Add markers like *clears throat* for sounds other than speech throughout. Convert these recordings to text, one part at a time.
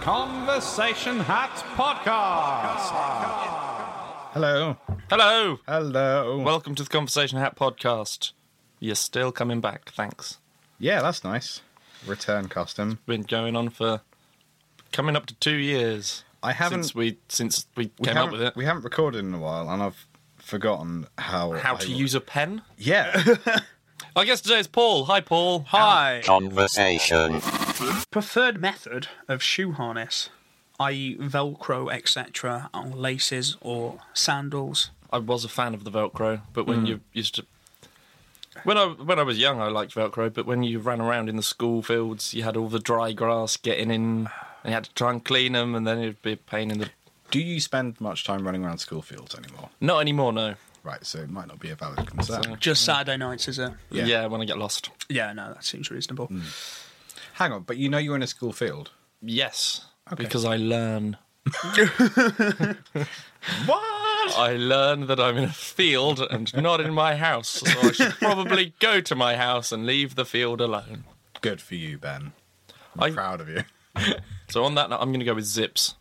Conversation Hat Podcast. Hello. Hello. Hello. Welcome to the Conversation Hat podcast. You're still coming back. Thanks. yeah, that's nice. Return custom. Been going on for coming up to two years. I haven't- since we since we, We came up haven't- with it. We haven't recorded in a while, and I've forgotten how How I- to use a pen? *laughs* Yeah. I guess today's Paul. Hi, Paul. Hi. Conversation. Preferred method of shoe harness, i.e., Velcro, etc., on laces or sandals. I was a fan of the Velcro, but Mm. when you used to. When I when I was young, I liked Velcro, but when you ran around in the school fields, you had all the dry grass getting in, and you had to try and clean them, and then it'd be a pain in the. Do you spend much time running around school fields anymore? Not anymore, no. Right, so it might not be a valid concern. Just Mm. Saturday nights, is it? Yeah. yeah when I get lost. Yeah, no, that seems reasonable. Mm. Hang on, but you know you're in a school field. Yes, because I learn. What? I learn that I'm in a field and not in my house, so I should probably go to my house and leave the field alone. Good for you, Ben. I'm I- proud of you. *laughs* So on that note, I'm going to go with zips.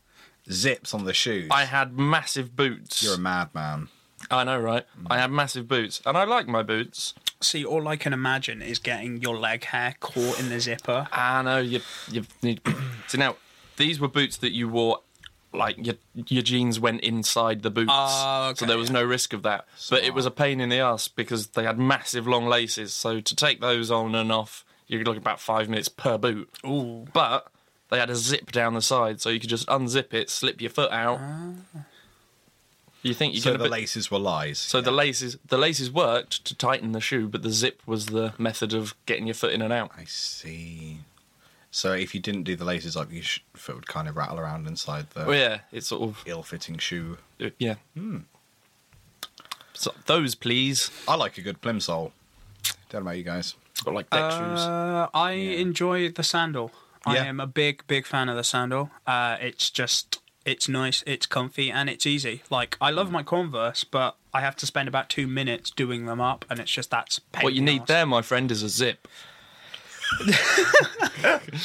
Zips on the shoes. I had massive boots. You're a Mm. madman. I know, right? I had massive boots, and I like my boots. See, all I can imagine is getting your leg hair caught in the zipper. I know you. You need. *clears throat* so now, these were boots that you wore. Like your your jeans went inside the boots, Ah, okay, so there was no risk of that. But it was a pain in the ass because they had massive long laces. So to take those on and off, you're looking about five minutes per boot. Ooh. But they had a zip down the side, so you could just unzip it, slip your foot out. Ah. You think you're So gonna the be- laces were lies. so the laces the laces worked to tighten the shoe, but the zip was the method of getting your foot in and out. I see. So if you didn't do the laces up, your sh- foot would kind of rattle around inside the Oh yeah, it's sort of ill-fitting shoe. Uh, Yeah. So those, please. I like a good plimsoll. Don't know about you guys. Got like deck shoes. Uh, I enjoy the sandal. I Yeah. am a big, big fan of the sandal. Uh, it's just, it's nice, it's comfy, and it's easy. Like, I Mm. love my Converse, but I have to spend about two minutes doing them up, and it's just that's pain What you in the need arse. there, my friend, is a zip.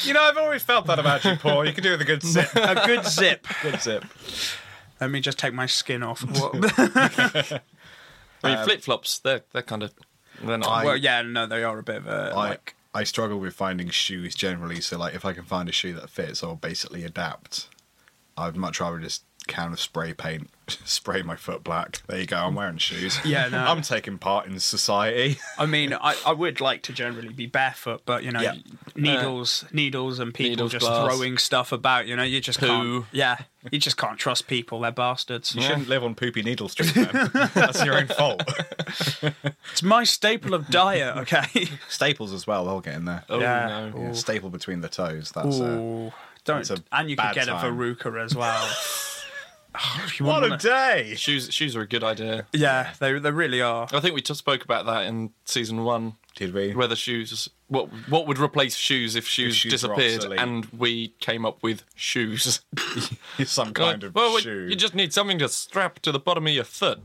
You know, I've always felt that about you, Paul. You could do with a *laughs* good zip. a *laughs* good zip. good zip. Let me just take my *laughs* skin off. I mean, flip flops. They're they're kind of they're not. I- *laughs* well, yeah, no, they are a bit of a Like like. I struggle with finding shoes generally. So like, if I can find a shoe that fits, I'll basically adapt. I'd much rather just can of spray paint, *laughs* spray my foot black. There you go. I'm wearing *laughs* shoes. Yeah, no. I'm taking part in society. I mean, I, I would like to generally be barefoot, but you know, Yeah. needles, needles, and people needles, just glass. throwing stuff about. You know, you just Poo. can't. Yeah, you just can't trust people. They're bastards. You *laughs* shouldn't live on poopy needle street, *laughs* man. That's your own fault. It's my staple of diet. *laughs* Okay. Staples as well. They'll get in there. oh yeah. no. Yeah, staple between the toes. That's uh, Ooh, don't. that's a And you bad could get a time. veruca as *laughs* well. Oh, if you what wouldn't a wanna- day. Shoes shoes are a good idea. yeah, they they really are. I think we just spoke about that in season one, Did we? whether shoes what what would replace shoes if shoes, shoes were disappeared, obsolete. and we came up with shoes. *laughs* Some kind Like, of *laughs* well, wait, shoe. you just need something to strap to the bottom of your foot.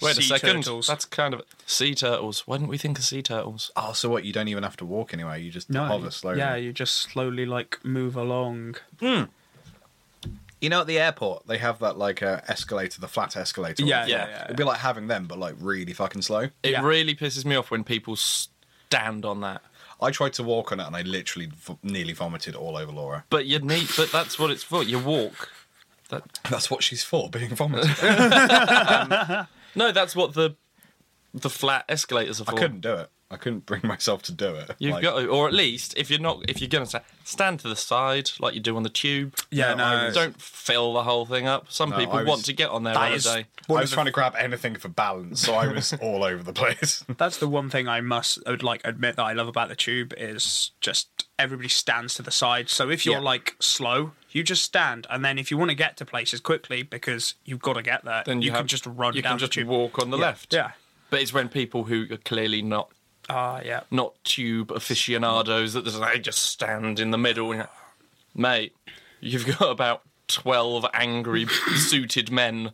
Wait a Sea second. turtles. That's kind of sea turtles. Why didn't we think of sea turtles? Oh, so what? You don't even have to walk anywhere. You just No, hover slowly. yeah, you just slowly like move along. You know, at the airport, they have that like uh, escalator, the flat escalator. Yeah, on the yeah, floor. yeah, It'd be like having them, but like really fucking slow. It Yeah. really pisses me off when people stand on that. I tried to walk on it and I literally v- nearly vomited all over Laura. *laughs* But you need. But that's what it's for. You walk. That That's what she's for, being vomited. no, that's what the the flat escalators are I *laughs* for. couldn't do it. I couldn't bring myself to do it. You've Like, got to, or at least if you're not, if you're gonna sta- stand to the side like you do on the tube. Yeah, No, I no, was- Don't fill the whole thing up. Some people I was- want to get on there That on is- a day. I was trying to grab anything for balance, so I *laughs* was all over the place. That's the one thing I must I would like admit that I love about the tube is just everybody stands to the side. So if you're Yeah. like slow, you just stand, and then if you want to get to places quickly because you've got to get there, Then you, can have- just run You down can just the tube. walk on the left. Yeah. But it's when people who are clearly not Ah, yeah. not tube aficionados that just- they just stand in the middle. And, Mate, you've got about twelve angry suited men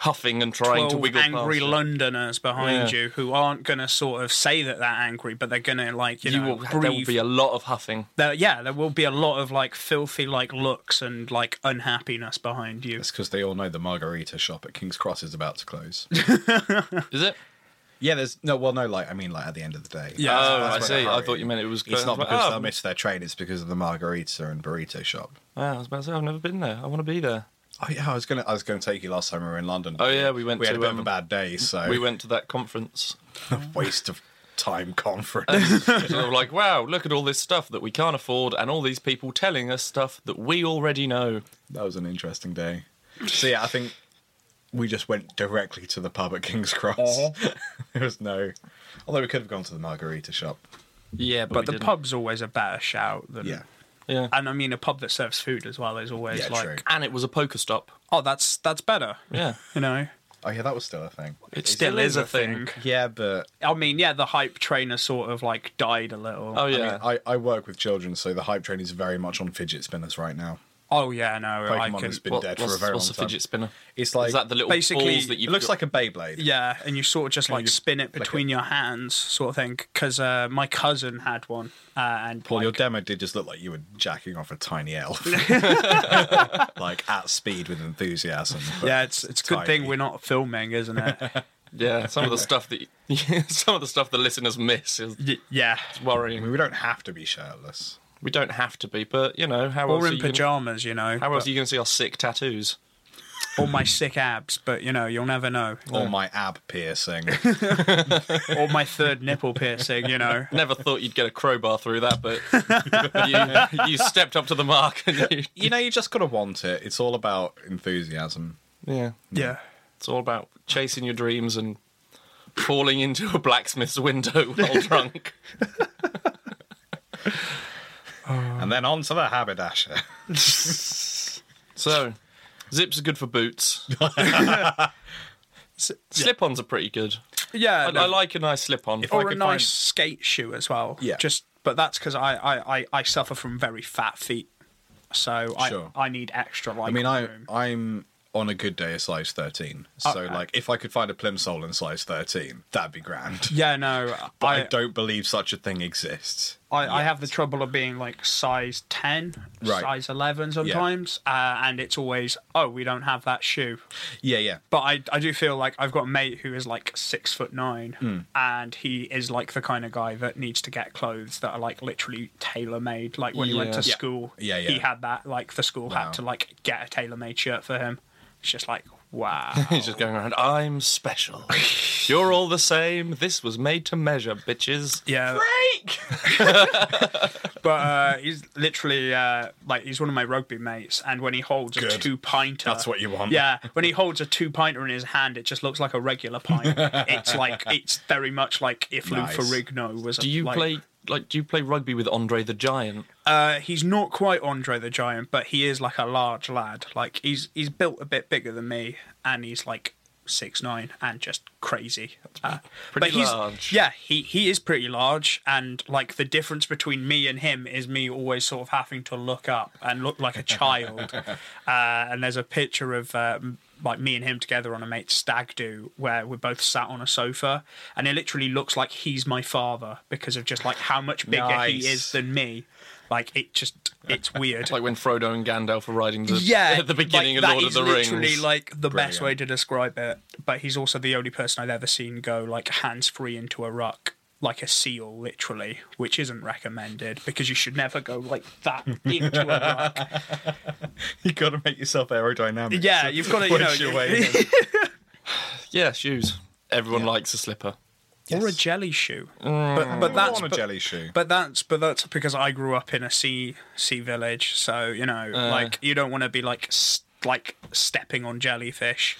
huffing and trying to Twelve wiggle angry past it. Londoners behind Yeah. you who aren't going to sort of say that they're angry, but they're going to like you, You know will, there will breathe. be a lot of huffing. There- yeah, there will be a lot of like filthy like looks and like unhappiness behind you. It's because they all know the margarita shop at King's Cross is about to close. *laughs* Is it? yeah, there's no, well, no, like I mean, like at the end of the day. Yeah. oh, That's I where see. they're I hurrying. thought you meant it was. It's closed. not I was because like, they'll oh, miss their train. It's because of the margarita and burrito shop. wow, I was about to say I've never been there. I want to be there. Oh yeah, I was gonna, I was gonna take you last time we were in London. Oh, yeah, we went We had to, a bit of um, a bad day, so We went to that conference. a *laughs* waste of time conference. It's sort of like, wow, look at all this stuff that we can't afford, and all these people telling us stuff that we already know. *laughs* That was an interesting day. So yeah, I think we just went directly to the pub at King's Cross. *laughs* there was no, although we could have gone to the margarita shop. Yeah, but, But the pub's always a better shout than Yeah, Yeah, And I mean, a pub that serves food as well is always Yeah, like, true. and it was a poker stop. oh, that's that's better. Yeah, *laughs* You know, Oh yeah, that was still a thing. it still is a thing. Yeah, but I mean, yeah, the hype trainer sort of like died a little. Oh I, yeah, mean, I, I work with children, so the hype train is very much on fidget spinners right now. Oh, yeah, no, I Pokemon can. has been What- dead what's, for a very what's long a time. fidget spinner? It's like is that the little basically, balls that you? it looks like a Beyblade. Yeah, and you sort of just like you spin it flick between it. your hands, sort of thing. Because uh, my cousin had one, uh, and Paul, your like, demo did just look like you were jacking off a tiny *laughs* elf, *laughs* like at speed with enthusiasm. but yeah, it's it's a good tiny. thing we're not filming, isn't it? yeah. Some of *laughs* the stuff that some of the stuff the listeners miss is Y- yeah, I worrying. mean, we don't have to be shirtless. We don't have to be, but you know how else or are in you gonna- pajamas, you know, how else are you going to see our sick tattoos? or my sick abs, but you know, you'll never know. Or my ab *laughs* piercing. or my third nipple piercing, you know. Never thought you'd get a crowbar through that, *laughs* but you, you stepped up to the mark. And you, you know, you just gotta want it. It's all about enthusiasm. yeah, Yeah. it's all about chasing your dreams and falling into a blacksmith's window *laughs* while drunk. Oh. And then on to the haberdasher. So, zips are good for *laughs* boots. *laughs* Slip-ons are pretty good. Yeah. I, I like a nice slip-on. I or a could nice find- skate shoe as well. Yeah. Just but that's because I, I, I, I suffer from very fat feet. So Sure. I I need extra like I mean, I room. I'm on a good day a size thirteen. So Okay. like, if I could find a plimsoll in size thirteen, that'd be grand. Yeah, no. But I, I, don't believe such a thing exists. I, I have the trouble of being like size 10, Right. size 11 sometimes. Uh, and it's always, oh, we don't have that shoe. Yeah, yeah. But I, I do feel like I've got a mate who is like six foot nine, Hmm. and he is like the kind of guy that needs to get clothes that are like literally tailor made. Like when he went to Yeah. school, Yeah, yeah. he had that. Like the school Wow. had to like get a tailor made shirt for him. It's just like wow. *laughs* He's just going around. I'm special. *laughs* You're all the same. This was made to measure, bitches. yeah, but uh, he's literally uh, like he's one of my rugby mates, and when he holds a Good. two pinter, That's what you want. *laughs* Yeah, when he holds a two pinter in his hand, it just looks like a *laughs* regular pint. it's like it's very much like if Nice. Lou Ferrigno was. Do you like, play like? Do you play rugby with Andre the Giant? Uh, he's not quite Andre the Giant, but he is like a large lad. Like he's he's built a bit bigger than me, and he's like six nine and just crazy. Uh, pretty he's- large. Yeah, he he is pretty large, and like the difference between me and him is me always sort of having to look up and look like *laughs* a child. uh, and there's a picture of. Um, like me and him together on a mate's stag do where we're both sat on a sofa and it literally looks like he's my father because of just like how much bigger he Nice. is than me. Like it just it's weird. It's *laughs* like when Frodo and Gandalf were riding the, yeah, *laughs* at the beginning like, of that Lord of is the literally Rings. like the best Brilliant. way to describe it. But he's also the only person I've ever seen go like hands free into a ruck. Like a seal, literally, which isn't recommended because you should never go like that *laughs* into a ruck. *laughs* You gotta make yourself aerodynamic. Yeah, you've got to, you *laughs* know, Wedge your *laughs* way in. yeah, shoes. Everyone likes a slipper. or a jelly shoe. Mm, But, but that's I want but- a jelly shoe. But that's but that's because I grew up in a sea sea village, so you know, Uh. like you don't want to be like s like stepping on jellyfish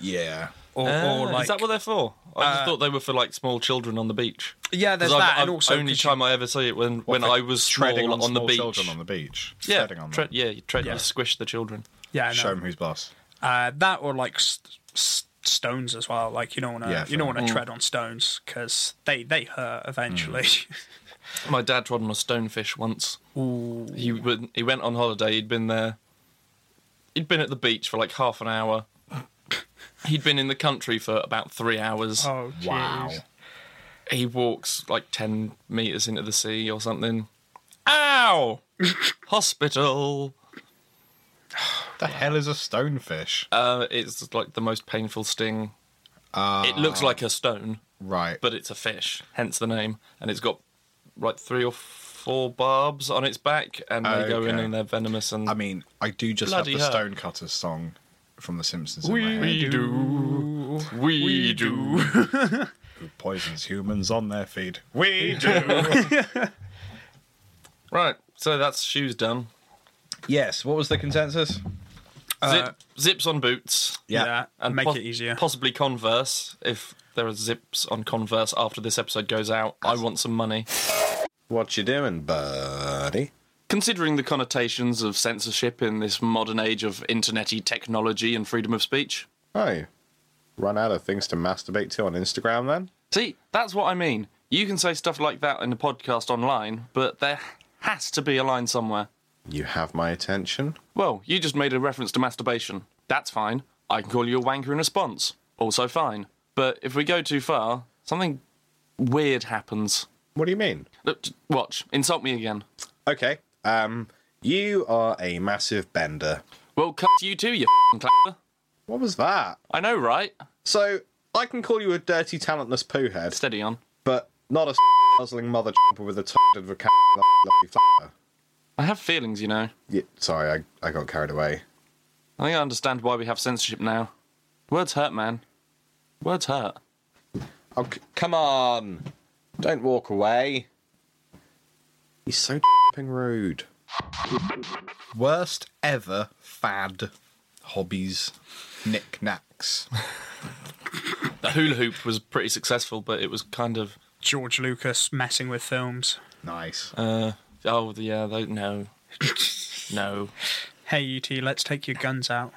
yeah. or, Ah, or like uh, is that what they're for? I just thought they were for like small children on the beach. yeah, there's 'Cause I've- that, I've- and also only 'cause time I ever see it when when for I was treading on, small on, the small beach. children on the beach. yeah, treading on tre- them. yeah, you, tre- Yeah. you squish the children. you, yeah, Show no, them who's boss. uh, that or like s- s- stones as well. Like you don't want to Yeah, you don't fair. want to tread on stones because they they hurt eventually. My dad trod on a stonefish once. *laughs* He went, *laughs* he went on holiday. He'd been there. He'd been at the beach for like half an hour. He'd been in the country for about three hours. Oh, jeez. Wow. He walks like 10 meters into the sea or something. *laughs* Ow! Hospital. The hell is a stonefish? Uh, it's like the most painful sting. it Ah. looks like a stone, right. but it's a fish, hence the name. And it's got like three or four barbs on its back, and they go in Okay. and they're venomous. And I mean, I do just Bloody have the hell. Stonecutters song from The Simpsons in my head. we do, we, do. Who poisons humans on their feed? We do. Right, so that's shoes done. yes. What was the consensus? Zip, zips on boots. Yeah. And make pos- it easier. Possibly Converse. If there are zips on Converse after this episode goes out, I want some money. What you doing, buddy? Considering the connotations of censorship in this modern age of internety technology and freedom of speech. Hey, Oh, run out of things to masturbate to on Instagram then? See, that's what I mean. You can say stuff like that in a podcast online, but there has to be a line somewhere. You have my attention. Well, you just made a reference to masturbation. That's fine. I can call you a wanker in response. Also fine. But if we go too far, something weird happens. What do you mean? Look, j- watch. Insult me again. Okay, um, you are a massive bender. Well, cut you too, you f***ing clapper. What was that? I know, right? So, I can call you a dirty, talentless poo head, Steady on. but not a puzzling mother *laughs* chopper with a toddler of a cat. lovely flower. I have feelings, you know. Yeah, *laughs* sorry, I, I got carried away. I think I understand why we have censorship now. Words hurt, man. Words hurt. Oh, c- come on! Don't walk away. He's so rude. Worst ever fad hobbies, knickknacks. *laughs* The hula hoop was pretty successful, but it was kind of. George Lucas messing with films. nice. Uh, oh, yeah, they, no. no. *laughs* Hey, UT, let's take your guns out.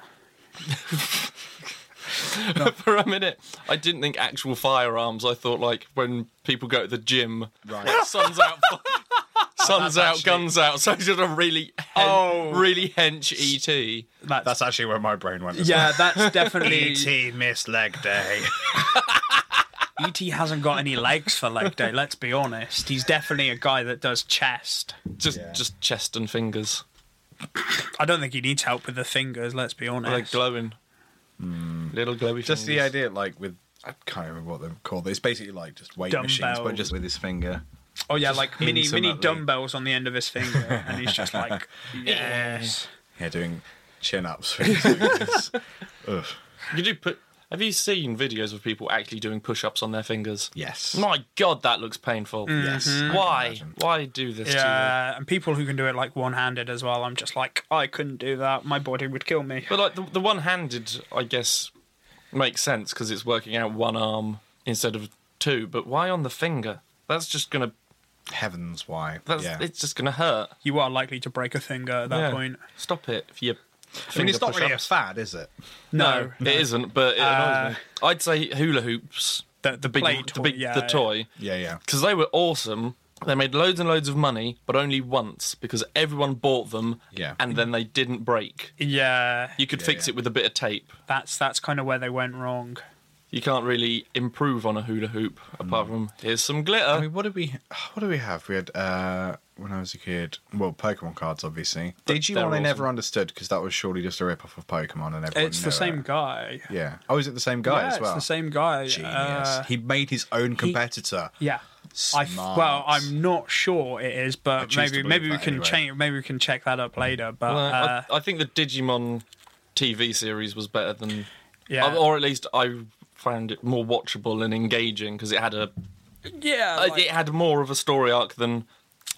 for a minute, I didn't think actual firearms. I thought like when people go to the gym, Right. like, *laughs* suns out, *laughs* suns out, actually- guns out. So it's just a really, hen- Oh. really hench E ET. That's, That's actually where my brain went. as well. *laughs* yeah, *laughs* that's E definitely. Miss Leg *laughs* Day. ET E hasn't got any legs for leg day. Let's be honest. He's definitely a guy that does chest. Just, just chest and fingers. I don't think he needs help with the fingers. Let's be honest. They're glowing, little glowy. Hmm. Just the fingers. idea, like with I can't remember what they're called. It's basically like just weight machines, but Dumbbells. just with his finger. oh yeah, like mini mini intimately. dumbbells on the end of his finger, and he's *laughs* just like, yes. Yeah, doing chin ups. *laughs* with his fingers. Ugh. You do put. Have you seen videos of people actually doing push-ups on their fingers? Yes. My God, that looks painful. Mm. Yes, I can Why? imagine. Why do this to you? Yeah, and people who can do it like one-handed as well. I'm just like, I couldn't do that. My body would kill me. But like the, the one-handed, I guess, makes sense because it's working out one arm instead of two. But why on the finger? That's just gonna. Heavens, why? That's yeah. it's just gonna hurt. You are likely to break a finger at that Yeah. point. Stop it if you. I mean, it's not really a fad, is it? No, it isn't. But it annoys me. Uh, I'd say hula hoops, The the big, play the toy, big, yeah. the toy, Yeah, yeah. because they were awesome. They made loads and loads of money, but only once because everyone bought them. Yeah. And then they didn't break. Yeah, You could fix yeah. it with a bit of tape. that's that's kind of where they went wrong. You can't really improve on a hula hoop apart Hmm. from here's some glitter. I mean, what did we? What do we have? We had uh when I was a kid. Well, Pokemon cards, obviously. But Digimon, they're I awesome. never understood because that was surely just a rip off of Pokemon, and everyone. It's the knew same it. guy. Yeah. Oh, is it the same guy yeah, as well? it's the same guy. Genius. Uh, he made his own competitor. yeah. I f- Smart. well, I'm not sure it is, but choose to maybe believe maybe we that can anyway. change. Maybe we can check that up later. But Well, uh, I, I think the Digimon TV series was better than, yeah, or at least I found it more watchable and engaging because it had a yeah, uh, like- it had more of a story arc than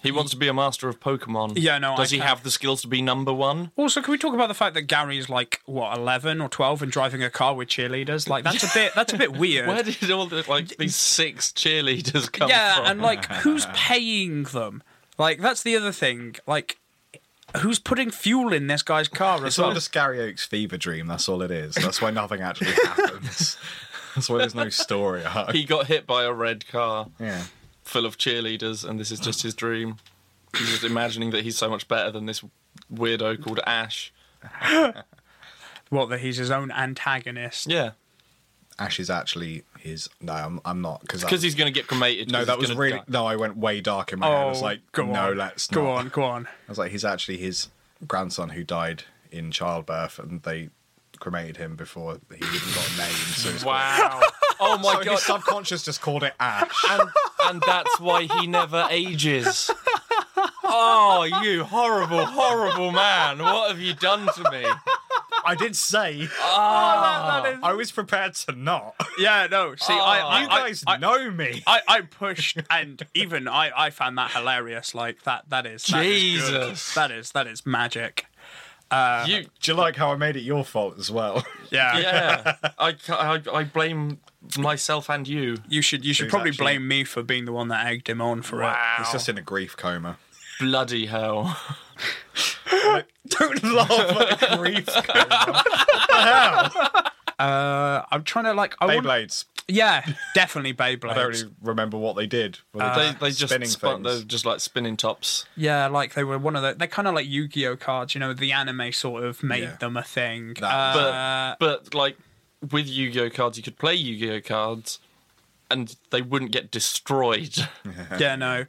he wants to be a master of Pokemon. Yeah, no, Does I he can't- have the skills to be number one? Also, can we talk about the fact that Gary's like what eleven or twelve and driving a car with cheerleaders? Like that's a bit that's a bit weird. Where did all the like these six cheerleaders come yeah, from? and like who's paying them? Like that's the other thing. Like who's putting fuel in this guy's car as It's well? all just Gary Oak's fever dream. That's all it is. That's why nothing *laughs* actually happens. That's why there's no story arc. *laughs* he got hit by a red car Yeah. full of cheerleaders, and this is just his dream. He's just imagining that he's so much better than this weirdo called Ash. What that he's his own antagonist. Yeah. Ash is actually his. No, I'm, I'm not because Because he's going to get cremated. No, 'cause that was he's *laughs* gonna really die. no. I went way dark in my head. I was like, Oh, go no, on. let's go not. on, go on. I was like, he's actually his grandson who died in childbirth, and they cremated him before he even got named. So it's Wow. oh my So god. his subconscious just called it Ash. and, and that's why he never ages. Oh, you horrible, horrible man. What have you done to me? I did say "Oh, I was prepared to not. Yeah, no. See, I, Oh. I, You I- guys I, know me. I, I pushed, and even I, I found that hilarious. Like that, that is that is good. Jesus. that is that is magic. You, Do you like how I made it your fault as well? Yeah, yeah. I, ca- I, I blame myself and you. you should you should Who's probably actually- blame me for being the one that egged him on for He's just in a grief coma. Bloody hell. Don't laugh at a grief coma. it. Uh, I'm trying to like, I want, Beyblades. yeah, definitely Beyblades. I don't really remember what they did. Were They, they just Uh, spinning spun, things? they're just like spinning tops. Yeah, like they were one of the. They're kind of like Yu-Gi-Oh cards. You know, the anime sort of made Yeah. them a thing. That- But, Uh, but like with Yu Gi Oh cards, you could play Yu Gi Oh cards and they wouldn't get destroyed. yeah, no.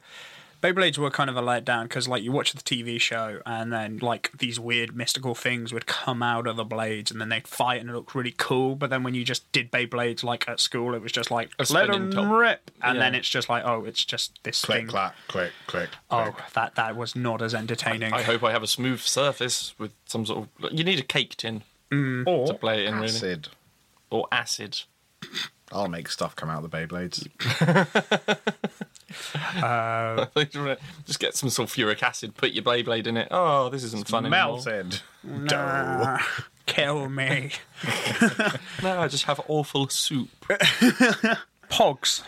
Beyblades were kind of a letdown because, like, you watch the TV show and then, like, these weird mystical things would come out of the blades and then they'd fight and it looked really cool. But then when you just did Beyblades, like, at school, it was just like, A let spinning them top. rip. And Yeah. then it's just like, oh, it's just this click, thing. clack, click, click. Oh, that, that was not as entertaining. I hope I have a smooth surface with some sort of. You need a cake tin or to play it in, really. acid. Or acid. *laughs* I'll make stuff come out of the Beyblades. just get some sulfuric acid, put your Beyblade in it. Oh, this isn't fun anymore. Melted. Dough. Ah, *laughs* Kill me. No, I just have awful soup. Pogs.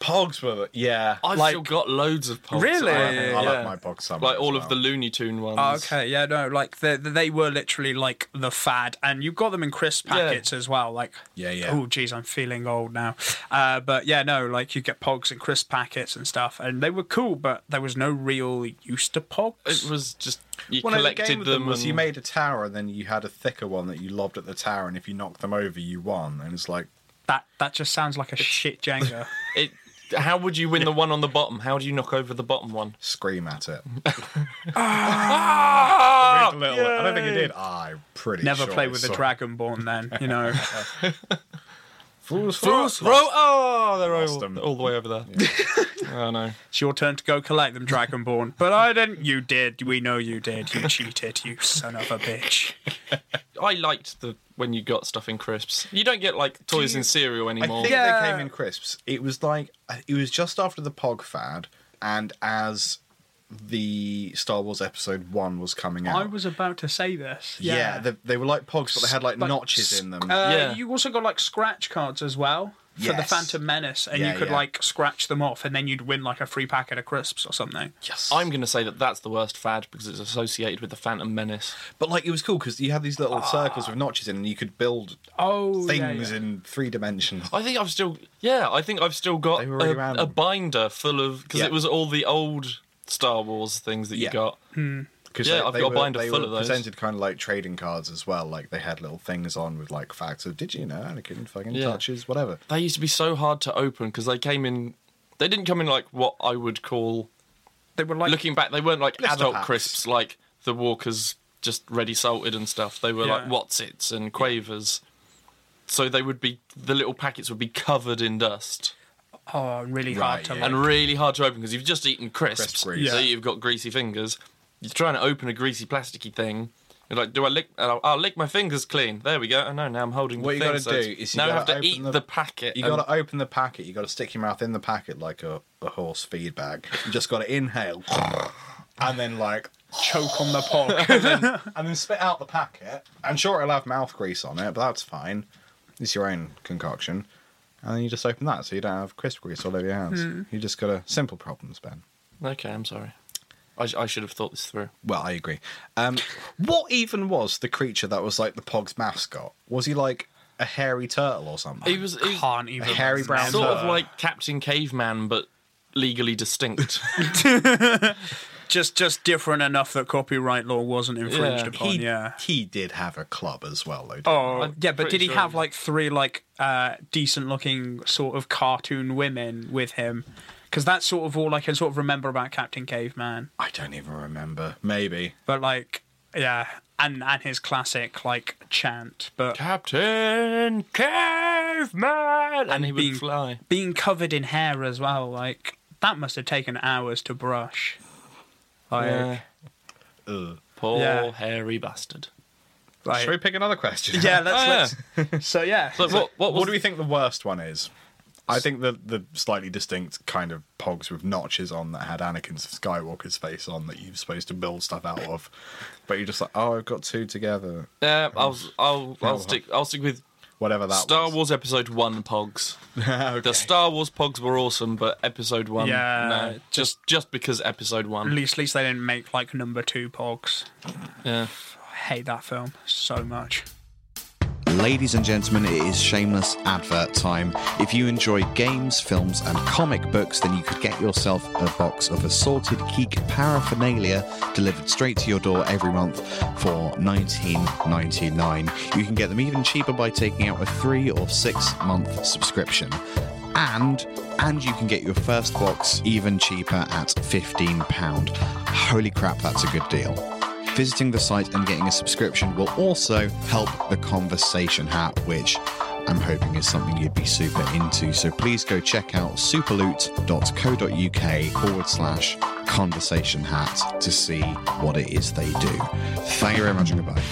Pogs were the, yeah. I've Like- still got loads of pogs. Really? I, I Yeah. like my Pogs some. like as all well. of the Looney Tune ones. Oh, okay, yeah, no, like they, they were literally like the fad, and you got them in crisp packets as well. Like, Yeah, yeah. Oh, geez, I'm feeling old now. Uh, but yeah, no, like you get pogs in crisp packets and stuff, and they were cool, but there was no real use to pogs. It was just you Well, no, the collected game with them, was and you made a tower and then you had a thicker one that you lobbed at the tower, and if you knocked them over, you won. And it's like, that that just sounds like a shit *laughs* Jenga. it. How would you win the one on the bottom? How do you knock over the bottom one? scream at it. Ah! A little- I don't think it did. Ah, I'm pretty Never sure play I with the saw- Dragonborn, then you *laughs* know. Fools, Fools, fools. throw- Oh, they're Lost all, them. all the way over there. *laughs* oh no. it's your turn to go collect *laughs* them, Dragonborn. But I didn't. You did. We know you did. You cheated. You son of a bitch. I liked the when you got stuff in crisps. You don't get like toys you- and cereal I anymore. think Yeah. they came in crisps. It was like it was just after the Pog fad, and as the Star Wars Episode One was coming out, I was about to say this. yeah, they, they were like Pogs, but they had like, Like notches in them. Uh, Yeah. You also got like scratch cards as well for the Yes. Phantom Menace, and Yeah, you could yeah. like scratch them off, and then you'd win like a free packet of crisps or something. yes, I'm going to say that that's the worst fad because it's associated with the Phantom Menace. but like it was cool because you had these little circles with notches in, and you could build Oh, things in three dimensions. I think I've still, yeah, I think I've still got They were really a, random. a binder full of because Yeah. it was all the old Star Wars things that you Yeah. got. Because Yeah, I've got a binder full of those. Presented kind of like trading cards as well. Like they had little things on with like facts of did you know Anakin fucking Yeah. touches whatever. They used to be so hard to open because they came in. They didn't come in like what I would call. They were like Looking back, they weren't like Blister adult packs. crisps like the Walkers, just ready salted and stuff. They were Yeah. like Watsits and Quavers. So they would be the little packets would be covered in dust. oh, really hard Right, to yeah. like. and really hard to open because you've just eaten crisps, Crisp grease. so Yeah. you've got greasy fingers. You're trying to open a greasy plasticky thing. You're like, do I lick? uh, I'll, I'll lick my fingers clean. There we go. Oh no, now I'm holding. What the you thing, gotta so it's- do is you now I have gotta to open eat the- the, packet. You and- got to open the packet. You got to stick your mouth in the packet like a, a horse feed bag. You just got to inhale, *laughs* and then like, *laughs* choke on the pog. and then spit out the packet. And sure, it'll have mouth grease on it, but that's fine. It's your own concoction. And then you just open that, so you don't have crisp grease all over your hands. You just got to simple problems, Ben. Okay, I'm sorry. I, sh- I should have thought this through. Well, I agree. Um, what even was the creature that was like the Pog's mascot? Was he like a hairy turtle or something? He was, he was *laughs* Can't even. hairy brown sort turtle. *laughs* of like Captain Caveman, but legally distinct. just just different enough that copyright law wasn't infringed Yeah. upon. he, yeah. he did have a club as well, though. didn't Oh I'm yeah, but pretty did he sure have he- like three like uh, decent looking sort of cartoon women with him? Because that's sort of all I can sort of remember about Captain Caveman. I don't even remember. Maybe. But like yeah, and and his classic like chant, but Captain Caveman, and he would being- fly. being covered in hair as well, like that must have taken hours to brush. Like, Yeah. Ugh. Poor Yeah. hairy bastard. like- Should we pick another *laughs* question? yeah, Oh, let's, let's so yeah. But what, what, was What do we think the worst one is? I think the the slightly distinct kind of pogs with notches on that had Anakin's Skywalker's face on that you're supposed to build stuff out of, but you're just like, oh, I've got two together, Uh, I'll, I'll, I'll stick. I'll stick with whatever that. Star was. *laughs* Wars Episode One pogs. Okay. The Star Wars pogs were awesome, but Episode One, Yeah. no, just just because Episode At One. least, at least they didn't make like number two pogs. Yeah. I hate that film so much. Ladies and gentlemen, it is shameless advert time. If you enjoy games, films, and comic books, then you could get yourself a box of assorted geek paraphernalia delivered straight to your door every month for $19.99. You can get them even cheaper by taking out a three or six month subscription. And and you can get your first box even cheaper at £15. Holy crap, that's a good deal. Visiting the site and getting a subscription will also help the conversation hat, which I'm hoping is something you'd be super into. So please go check out superloot.co.uk forward slash conversation hat to see what it is they do. Thank you very much and goodbye.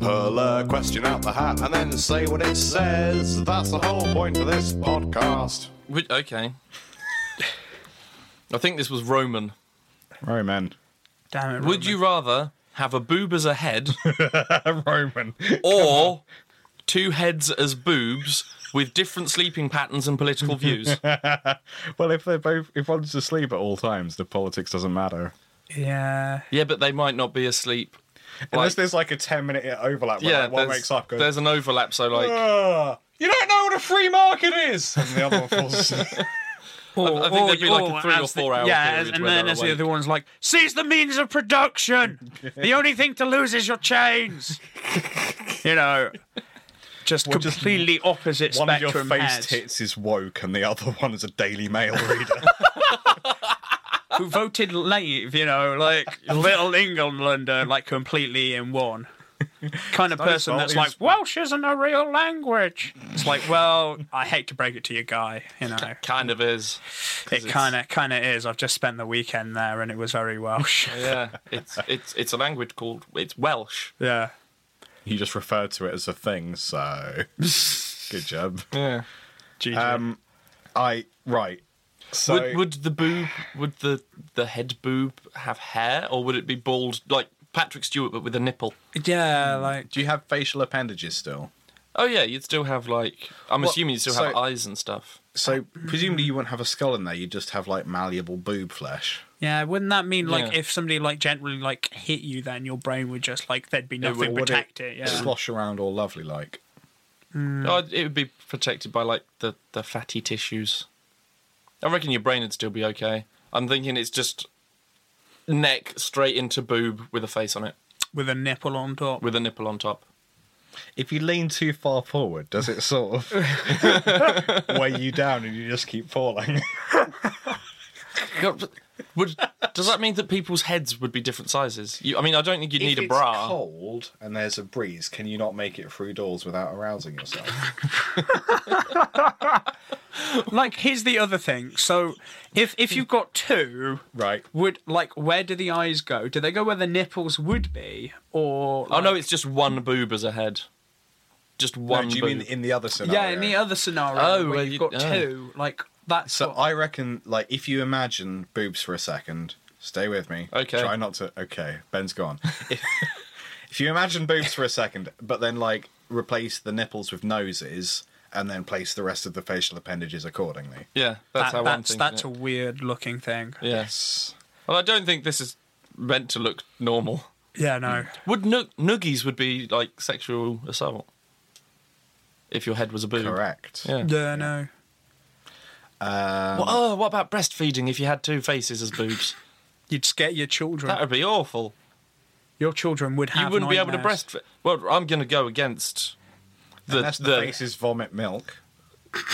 Pull a question out the hat and then say what it says. That's the whole point of this podcast. Which, *laughs* okay. I think this was Roman. Roman. Damn it. Would you rather have a boob as a head Roman. or two heads as boobs with different sleeping patterns and *laughs* political views? Well, if they're both, if one's asleep at all times, the politics doesn't matter. Yeah. yeah, but they might not be asleep. Unless Like- there's like a 10 minute overlap where yeah, like, one there's- wakes up Ah. goes, there's an overlap, so like. "Ugh, You don't know what a free market is! And the other one falls *laughs* asleep. Or, I think there'd be like a three or as the- four hour Yeah, period and where then they're as the awake. other one's like, seize the means of production. *laughs* the only thing to lose is your *laughs* chains. you know, just just completely opposite one of your spectrum. face heads. tits is woke and the other *laughs* one is a Daily Mail reader. who voted Leave, you know, like *laughs* Little Englander, like completely in one. Kind of person fault, that's like, he's- Welsh isn't a real language. It's like, well, I hate to break it to you, guy. You *laughs* know, Kind of is. it kind of kind of is. I've just spent the weekend there, and it was very Welsh. *laughs* Yeah, it's it's it's a language called it's Welsh. yeah, *laughs* you just refer to it as a thing, *laughs* so. Good job. Yeah. GG. Um, I. Right. So. Would would the boob would the the head boob have hair or would it be bald like Patrick Stewart but with a nipple? yeah, Mm. like do you have facial appendages still? Oh yeah, you'd still have like I'm Well, assuming you still have so- eyes and stuff. So presumably you wouldn't have a skull in there. You'd just have like malleable boob flesh. yeah. Wouldn't that mean like Yeah. if somebody like gently like hit you, then your brain would just like there'd be Or nothing would protect it? yeah. slosh around all lovely like. Oh, it would be protected by like the the fatty tissues. I reckon your brain would still be okay. I'm thinking it's just neck straight into boob with a face on it with a nipple on top. with a nipple on top. If you lean too far forward, does it sort of *laughs* weigh you down and you just keep falling? God, would does that mean that people's heads would be different sizes? You, I mean, I don't think you'd need if a bra. It's cold and there's a breeze. Can you not make it through doors without arousing *laughs* yourself? like here's the other thing so if if you've got two right. would like where do the eyes go do they go where the nipples would be or Oh no, it's just one boob as a head. Just one. No, do you boob. mean in the other scenario? yeah in the other scenario Oh, where well, you've you- got oh. two like that's So what- I reckon, like, if you imagine boobs for a second, stay with me. Okay. Try not to. Okay, Ben's *laughs* gone. if, if you imagine boobs for a second, but then like replace the nipples with noses, and then place the rest of the facial appendages accordingly. Yeah, that- that's how I'm that's, thinking. that's it. a weird looking thing Yeah. Yes. Well, I don't think this is meant to look normal. yeah no Would noog- noogies would be like sexual assault if your head was a boob? Correct. Mm. Yeah. yeah no Um, Well, oh, what about breastfeeding if you had two faces as *laughs* boobs? You'd scare your children. that would be awful. your children would have. you wouldn't be able to nightmares. breastfeed. Well, I'm going to go against the. Unless the, the- faces vomit milk.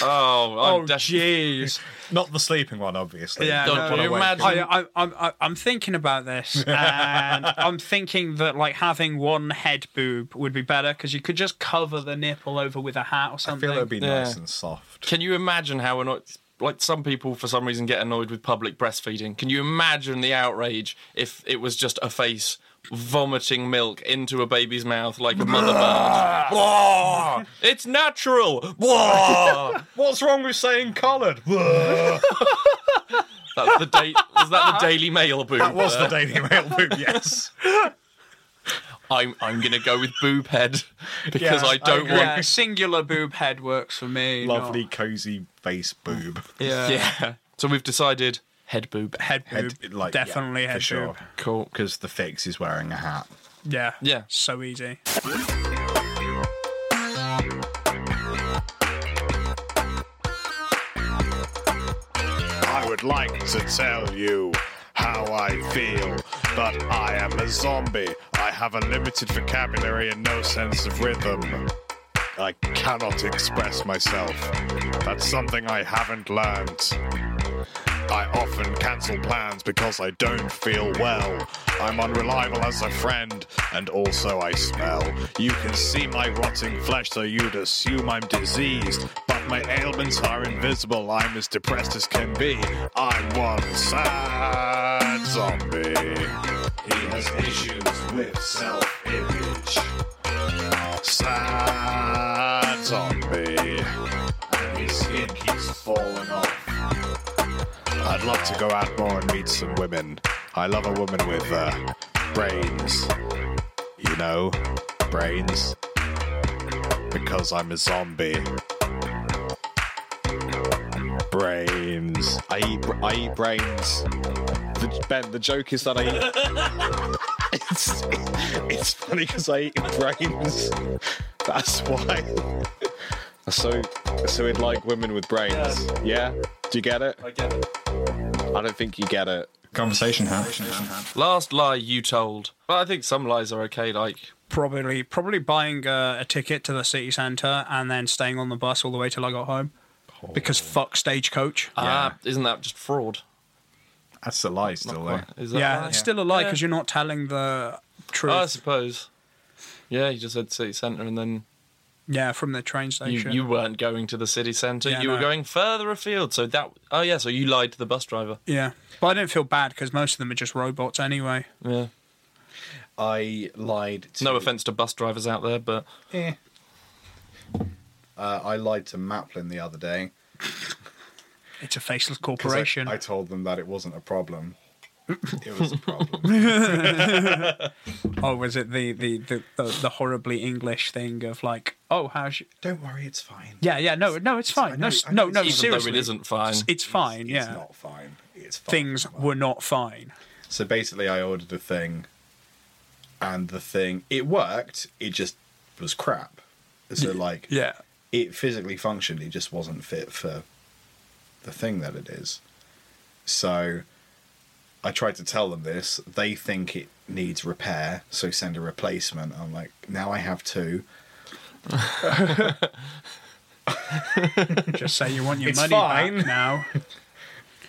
Oh, I'm Oh, definitely- jeez. Not the sleeping one, obviously. Yeah, Don't no, wanna you wake imagine- up. I, I, I'm, I- I'm thinking about this, and I'm thinking that like having one head boob would be better because you could just cover the nipple over with a hat or I something. feel it would be Yeah. nice and soft. *laughs* Can you imagine how annoyed? Like some people, for some reason, get annoyed with public breastfeeding. Can you imagine the outrage if it was just a face vomiting milk into a baby's mouth like a mother *laughs* bird? Blah! it's natural. Blah! What's wrong with saying *laughs* collared? that That's the date. Was that the Daily Mail boob? Uh, That was the Daily Mail boob, *laughs* yes. I'm I'm gonna go with boob head *laughs* because Yeah, I I don't agree. want. yeah, singular boob head works for me. not- Lovely, cozy face boob. Yeah. Yeah. So we've decided head boob. Head boob. Head- like, yeah, Definitely head for boob. sure. Cool. Because the fix is wearing a hat. Yeah. Yeah. So easy. I would like to tell you how I feel, but I am a zombie. I have a limited vocabulary and no sense of rhythm. I cannot express myself. That's something I haven't learned. I often cancel plans because I don't feel well. I'm unreliable as a friend, and also I smell. You can see my rotting flesh, so you'd assume I'm diseased. But my ailments are invisible, I'm as depressed as can be. I'm one sad zombie. He has issues with self image. Sad zombie. And his skin keeps falling off. I'd love to go out more and meet some women. I love a woman with uh, brains. You know, brains. Because I'm a zombie. Brains. I eat, br- I eat brains. The, ben, the joke is that I eat. *laughs* it's, it's funny because I eat brains. That's why. So, so we'd like women with brains. Yeah. Do you get it? I get it. I don't think you get it. Conversation hat. Last lie you told. Well, I think some lies are okay. Like Probably, probably buying a, a ticket to the city centre and then staying on the bus all the way till I got home. Because fuck stagecoach. ah, isn't that just fraud? That's a lie, still, though. Is that yeah, right? it's still a lie because Yeah. you're not telling the truth. I suppose. Yeah, you just said city centre, and then yeah, from the train you, station. you weren't going to the city centre. Yeah, you were no. going further afield. So that. Oh yeah. So you lied to the bus driver. Yeah, but I don't feel bad because most of them are just robots anyway. Yeah. I lied to. No offence to bus drivers out there, but Eh. Uh, I lied to Maplin the other day. It's a faceless 'cause I- corporation. I, told them that it wasn't a problem. *clears throat* It was a *laughs* problem. oh, was it the the, the the the horribly English thing of like, oh, how's your... Don't worry, it's fine. yeah, yeah, no, no, it's fine. know- no, s- I know it's even no, no, though though it seriously, isn't fine. it's fine. It's yeah, not fine. It's fine. things were not fine. So basically, I ordered a thing, and the thing it worked. It just was crap. So like, Yeah, it physically functioned. It just wasn't fit for the thing that it is. So I tried to tell them this. They think it needs repair, so send a replacement. I'm like, now I have two. just say you want your It's money fine. *laughs* back now.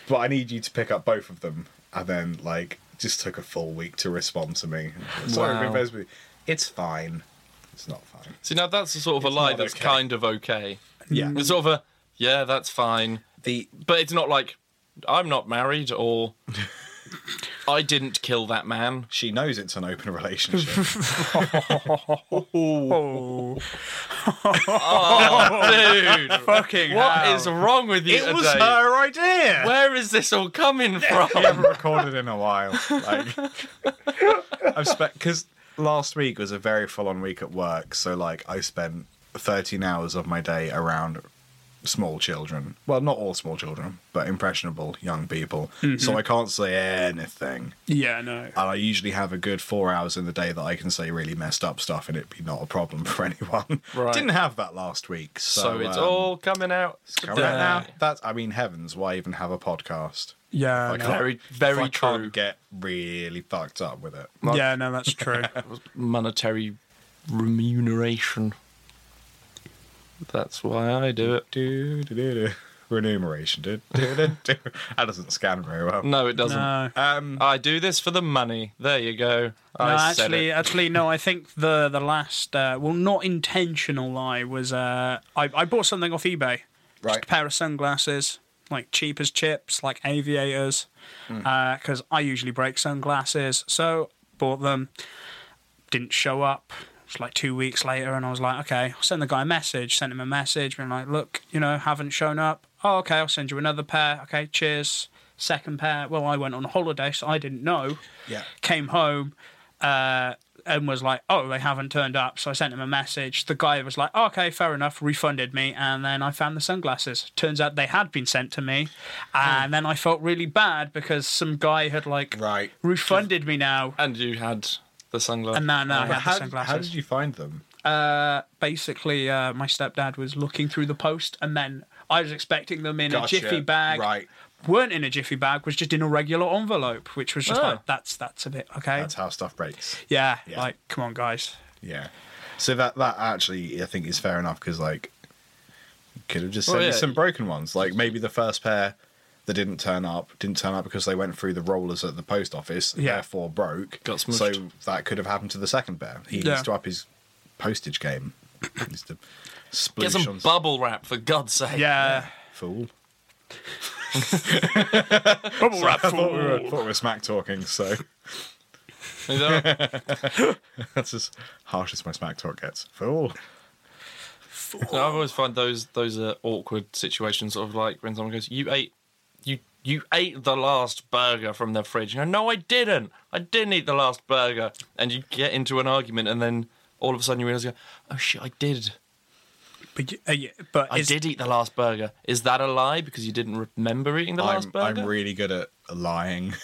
but I need you to pick up both of them. And then, like, just took a full week to respond to me. Sorry, Wow. we've both been- it's fine. It's not fine. see now that's the sort of a It's lie not that's okay. kind of okay. Yeah. It's sort of a yeah, that's fine. The But it's not like I'm not married *laughs* or I didn't kill that man. she knows it's an open *laughs* relationship. Oh, *laughs* Dude, fucking what hell. is wrong with you Oh, it was today? her idea. Where is this *laughs* all coming I from? haven't recorded in a while. Like, *laughs* I've spent because last week was a very full-on week at work, so like I spent 13 hours of my day around small children. Well, not all small children, but impressionable young people. So I can't say anything. Yeah, no. And I usually have a good four hours in the day that I can say really messed up stuff and it'd be not a problem *laughs* for anyone. Right. Didn't have that last week. So, So it's um, all coming out. Come right now. That's I mean heavens, why even have a podcast? Yeah, If I no. can't- Very, if I very true. can't get really fucked up with it. yeah, no, that's true. *laughs* Monetary remuneration. That's why I do it. Do, do, do, do. Remuneration. *laughs* Do, do, do, do. That doesn't scan very well. No, it doesn't. no. Um, I do this for the money. There you go. No, I said actually, it. actually, no. I think the the last, uh, well, not intentional lie was uh, I I bought something off eBay, just Right. a pair of sunglasses, like cheap as chips, like aviators, Hmm. because I usually break sunglasses. So bought them, didn't show up. It's like two weeks later, and I was like, okay, I'll send the guy a message. Sent him a message, being like, look, you know, haven't shown up. Oh, okay, I'll send you another pair. Okay, cheers. Second pair. Well, I went on holiday, so I didn't know yeah. came home uh, and was like, oh, they haven't turned up. So I sent him a message. The guy was like, "Oh, okay, fair enough, refunded me. And then I found the sunglasses. Turns out they had been sent to me. Hmm. And then I felt really bad because some guy had like Right. refunded me now. And you had the sunglasses. And now, now I But have the how, did- how sunglasses. did you find them? Basically, uh, my stepdad was looking through the post and then I was expecting them in Gotcha. a jiffy bag. Right. Weren't in a jiffy bag, was just in a regular envelope, which was just Oh. like, that's that's a bit okay. That's how stuff breaks. yeah, Yeah. like, come on, guys. Yeah. So that that actually I think is fair enough because like you could have just sent Well, you yeah. some broken ones. Like maybe the first pair that didn't turn up didn't turn up because they went through the rollers at the post office, Yeah. therefore broke. Got smushed. so that could have happened to the second pair. He Yeah. needs to up his postage game. He needs to Get sploosh some on bubble wrap for God's *laughs* sake. *laughs* Yeah. fool. Bubble *laughs* wrap I thought we were, thought we were smack talking, so *laughs* Is *laughs* that right? that's as harsh as my smack talk gets. Fool. I always find those those are awkward situations of like when someone goes, "You ate, you you ate the last burger from the fridge." You go, "No, I didn't. I didn't eat the last burger." And you get into an argument, and then all of a sudden you realize, you go, "Oh shit, I did. But, you- uh, yeah, but I is- did eat the last burger." Is that a lie because you didn't remember eating the last I'm, burger? I'm *laughs* really good at lying.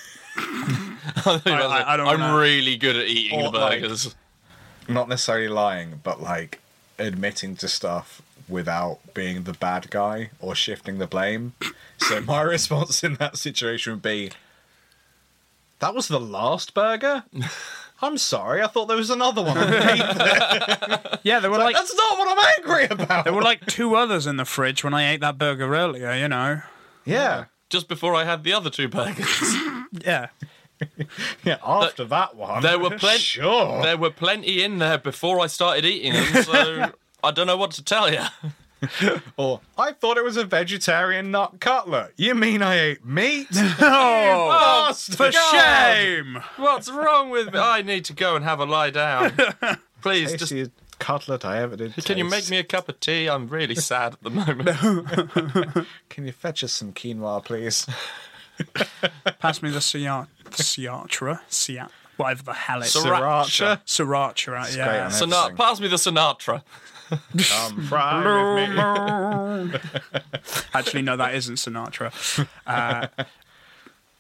I- I- I don't am wanna- really good at eating Or, the like- burgers. not necessarily lying, but like admitting to stuff without being the bad guy or shifting the blame. So my *laughs* response in that situation would be that was the last *laughs* burger? I'm sorry, I thought there was another one. *laughs* underneath it." Yeah, there were like That's not what I'm angry *laughs* there about. were like two others in the fridge when I ate that burger earlier. You know. Yeah. Just before I had the other two burgers. Yeah. Yeah, after that one. There were plenty. *laughs* Sure. *laughs* There were plenty in there before I started eating them, *laughs* so I don't know what to tell you. Or I thought it was a vegetarian nut cutlet. You mean I ate *laughs* meat? *laughs* Oh, Bastard. for shame! *laughs* What's wrong with me? I need to go and have a lie *laughs* down. Please, just Tastiest cutlet I ever did. can you make taste. me a cup of tea? I'm really *laughs* sad at the moment. Can you fetch us some quinoa, please? *laughs* Pass me the Siatra, Siatra, Siat, whatever the hell it's Sriracha. Sriracha. Sriracha. Yeah. great, Sinatra, pass me the Sinatra. Come fry *laughs* with me. Actually, no, that isn't Sinatra.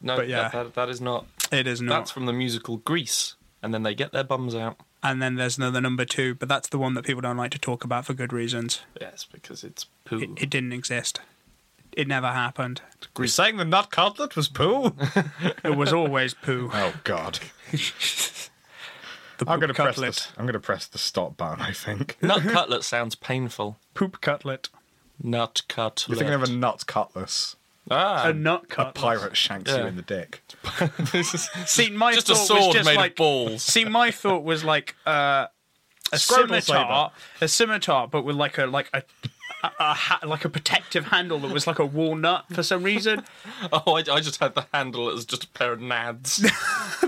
No, But yeah. that, that- that is not. It is not. That's from the musical Grease, and then they get their bums out. And then there's another number two, but that's the one that people don't like to talk about for good reasons. Yes, because it's poo. It, it didn't exist. It never happened. You're saying the nut cutlet was poo? It was always poo. *laughs* oh God! The I'm gonna poop press. cutlet. The, I'm gonna press the stop button. I think. Nut cutlet sounds painful. Poop cutlet. Nut cutlet. You're thinking of a nut cutlass. ah, *laughs* A nut cutlet. Pirate shanks you Yeah. in the dick. See, my just a thought was sword just made like of balls. See, my thought was like uh, a Scrabble scimitar, a scimitar, but with like a like a. A, a ha- like a protective handle that was like a walnut for *laughs* some reason. Oh, I, I just had the handle as just a pair of nads.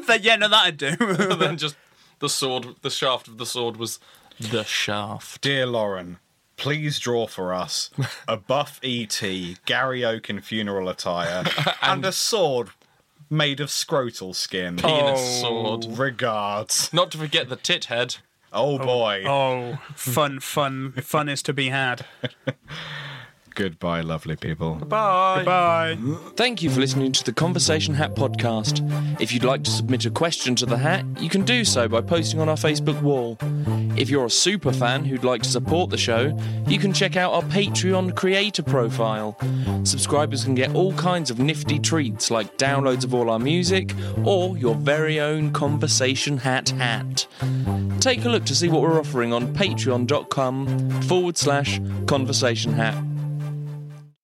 but yeah, no, that'd do. *laughs* and *laughs* then just the sword, the shaft of the sword was the shaft. Dear Lauren, please draw for us a *laughs* buff ET, Gary Oaken funeral attire, *laughs* and a sword made of scrotal skin. Penis sword. Regards. Not to forget the tit head. Oh boy. *laughs* oh, fun, fun, fun is to be had. Goodbye, lovely people. Bye. Bye. Thank you for listening to the Conversation Hat podcast. If you'd like to submit a question to the hat, you can do so by posting on our Facebook wall. If you're a super fan who'd like to support the show, you can check out our Patreon creator profile. Subscribers can get all kinds of nifty treats like downloads of all our music or your very own Conversation Hat hat. Take a look to see what we're offering on patreon.com forward slash conversation hat.